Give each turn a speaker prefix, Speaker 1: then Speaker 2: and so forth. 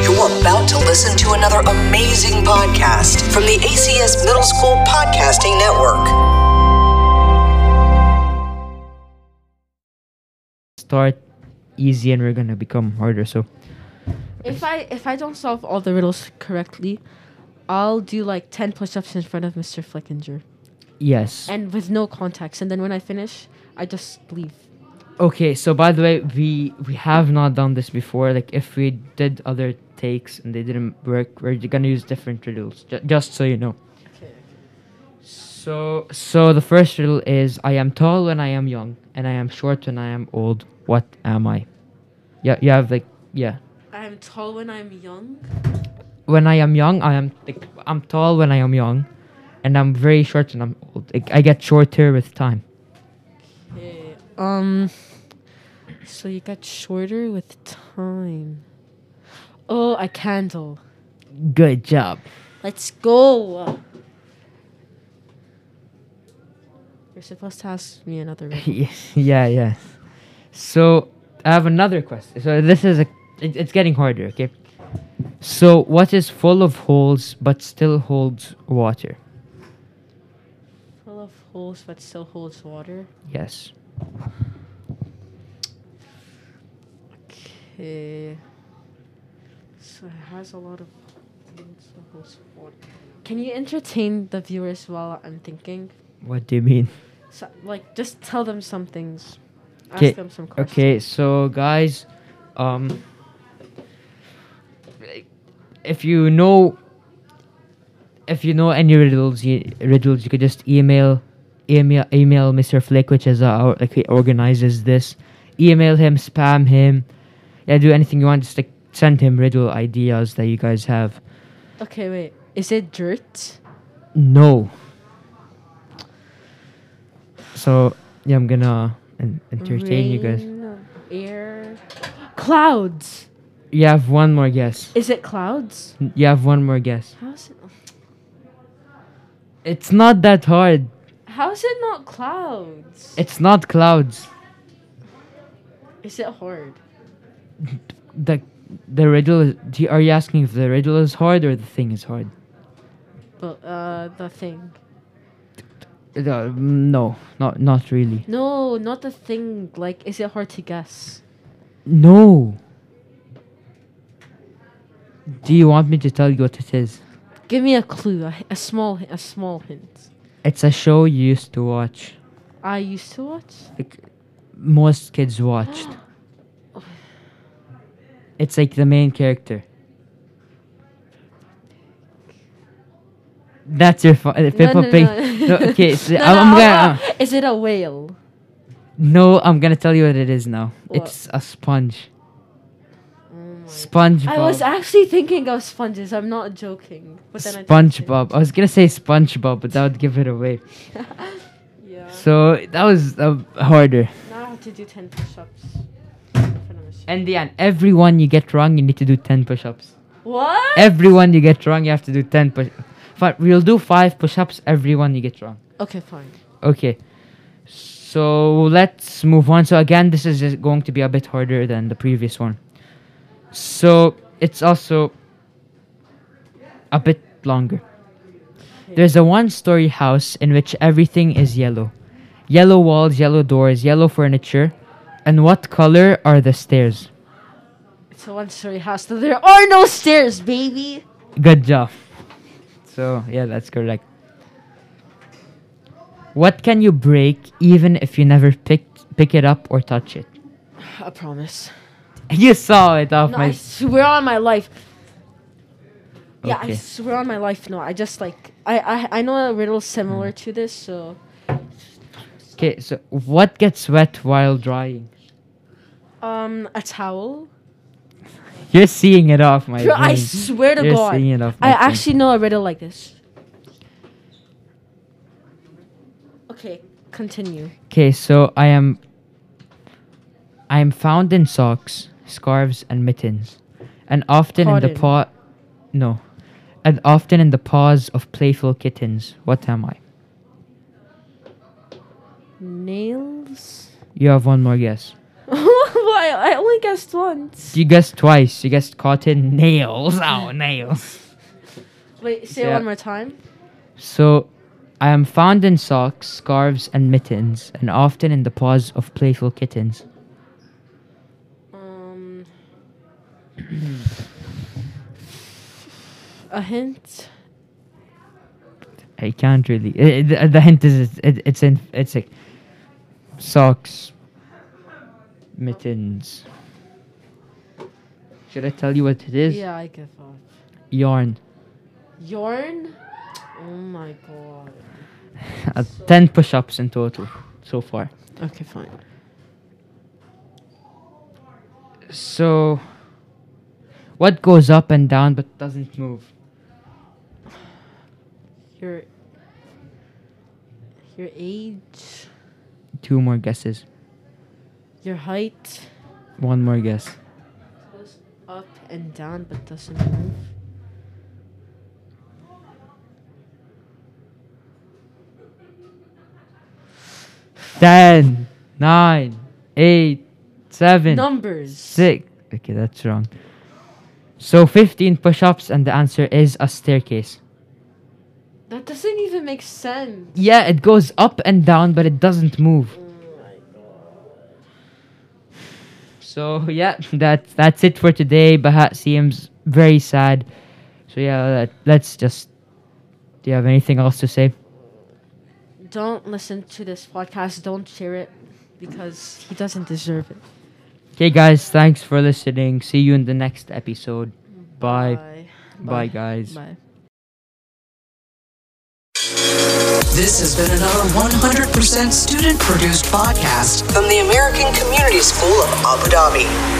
Speaker 1: You're about to listen to another amazing podcast from the ACS Middle School Podcasting Network.
Speaker 2: start easy and we're gonna become harder. So
Speaker 3: If I if I don't solve all the riddles correctly, I'll do like ten push-ups in front of Mr. Flickinger
Speaker 2: yes.
Speaker 3: and with no contacts. And then when I finish, I just leave.
Speaker 2: okay. So by the way, we we have not done this before. Like if we did other takes and they didn't work, we're gonna use different riddles. J- just so you know. So so the first riddle is I am tall when I am young and I am short when I am old. What am I? Yeah, you have like yeah.
Speaker 3: I'm tall when I'm young.
Speaker 2: When I am young, I am like I'm tall when I am young, and I'm very short when I'm old. Like, I get shorter with time.
Speaker 3: Okay. Um. So you got shorter with time. Oh, a candle.
Speaker 2: Good job.
Speaker 3: Let's go. You're supposed to ask me another. riddle.
Speaker 2: Yes, yeah, yeah. So I have another question. So this is a it, it's getting harder, okay? So what is full of holes but still holds water?
Speaker 3: Full of holes, but still holds water.
Speaker 2: Yes.
Speaker 3: Okay. So it has a lot of things to host for. Can you entertain the viewers while I'm thinking?
Speaker 2: What do you mean?
Speaker 3: So, like, just tell them some things. Ask
Speaker 2: 'Kay,
Speaker 3: them some questions.
Speaker 2: Okay, so guys, um if you know if you know any riddles you, riddles you could just email email email Mr. Flick which is our like he organizes this. Email him, spam him. Yeah, do anything you want just like send him riddle ideas that you guys have.
Speaker 3: Okay, wait. Is it dirt?
Speaker 2: No. So, yeah, I'm going to entertain you guys.
Speaker 3: Rain, Air. Clouds!
Speaker 2: You have one more guess.
Speaker 3: Is it clouds?
Speaker 2: You have one more guess.
Speaker 3: How is it,
Speaker 2: It's not that hard.
Speaker 3: how is it not clouds?
Speaker 2: It's not clouds.
Speaker 3: is it hard?
Speaker 2: The the riddle is. do you- Are you asking if the riddle is hard or the thing is hard?
Speaker 3: But, uh, the thing.
Speaker 2: Uh, no, not not really.
Speaker 3: No, not the thing. Like, is it hard to guess?
Speaker 2: No. Do you want me to tell you what it is?
Speaker 3: Give me a clue, a, a small, hi- a small hint.
Speaker 2: It's a show you used to watch.
Speaker 3: I used to watch.
Speaker 2: Like most kids watched. It's like the main character. That's your fu- uh, Peppa Pig. No, okay, so
Speaker 3: No,
Speaker 2: I'm,
Speaker 3: no,
Speaker 2: I'm
Speaker 3: uh,
Speaker 2: gonna.
Speaker 3: uh, is it a whale?
Speaker 2: No, I'm gonna tell you what it is now.
Speaker 3: What? Mm.
Speaker 2: It's a sponge. SpongeBob.
Speaker 3: I was actually thinking of sponges. I'm not joking. But then I
Speaker 2: SpongeBob. I was gonna say SpongeBob, but that would give it away.
Speaker 3: didn't. yeah.
Speaker 2: So that was uh, harder.
Speaker 3: Now I have to do ten push-ups.
Speaker 2: And the end. Everyone you get wrong, you need to do ten push-ups.
Speaker 3: What?
Speaker 2: Everyone you get wrong, you have to do ten push. Fine, we'll do five push-ups. Everyone you get wrong.
Speaker 3: Okay, fine.
Speaker 2: Okay. So let's move on. So again, this is just going to be a bit harder than the previous one. So it's also a bit longer. There's a one story house in which everything is yellow. Yellow walls, yellow doors, yellow furniture. And what color are the stairs?
Speaker 3: It's a one-story house, so there are no stairs, baby.
Speaker 2: Good job. So, yeah, that's correct. What can you break even if you never pick, pick it up or touch it?
Speaker 3: I promise.
Speaker 2: You saw it off
Speaker 3: No,
Speaker 2: my.
Speaker 3: I swear on my life. Yeah, I
Speaker 2: Okay.
Speaker 3: swear on my life. No, I just like I I, I know a riddle
Speaker 2: Mm.
Speaker 3: similar to this, so
Speaker 2: Okay, so what gets wet while drying?
Speaker 3: um a towel.
Speaker 2: You're seeing it off my.
Speaker 3: Bro, I
Speaker 2: brain.
Speaker 3: swear to
Speaker 2: You're
Speaker 3: God.
Speaker 2: seeing it off my
Speaker 3: I
Speaker 2: brain.
Speaker 3: actually know a riddle like this. Okay, continue.
Speaker 2: Okay, so I am. I am found in socks, scarves, and mittens, and often in the paw.
Speaker 3: Pardon?
Speaker 2: No, and often in the paws of playful kittens. What am I?
Speaker 3: Nails?
Speaker 2: You have one more guess.
Speaker 3: what? I, I only guessed once.
Speaker 2: You guessed twice. You guessed cotton nails. Oh, nails.
Speaker 3: Wait, say it
Speaker 2: Yeah.
Speaker 3: one more time.
Speaker 2: So, I am found in socks, scarves, and mittens, and often in the paws of playful kittens.
Speaker 3: Um, a hint.
Speaker 2: I can't really. i- i- the, the hint is it's- it, it's in it's like socks, mittens. Should I tell you what it is?
Speaker 3: Yeah, I give up.
Speaker 2: Yarn.
Speaker 3: Yarn. Oh my god.
Speaker 2: Uh, Ten push-ups in total so far.
Speaker 3: Okay, fine.
Speaker 2: So, what goes up and down but doesn't move?
Speaker 3: Your your age,
Speaker 2: Two more guesses.
Speaker 3: your height
Speaker 2: One more guess.
Speaker 3: goes up and down but doesn't move.
Speaker 2: Ten, nine, eight, seven,
Speaker 3: Numbers.
Speaker 2: six. Okay, that's wrong. So 15 push-ups and the answer is a staircase.
Speaker 3: That doesn't even make sense.
Speaker 2: Yeah, it goes up and down, but it doesn't move. So yeah, that's that's it for today. Bahat seems very sad. So yeah, let, let's just. Do you have anything else to say?
Speaker 3: Don't listen to this podcast. Don't share it because he doesn't deserve it.
Speaker 2: Okay, guys, thanks for listening. See you in the next episode. Bye. Bye, guys.
Speaker 3: Bye.
Speaker 1: This has been another 100% student produced podcast from the American Community School of Abu Dhabi.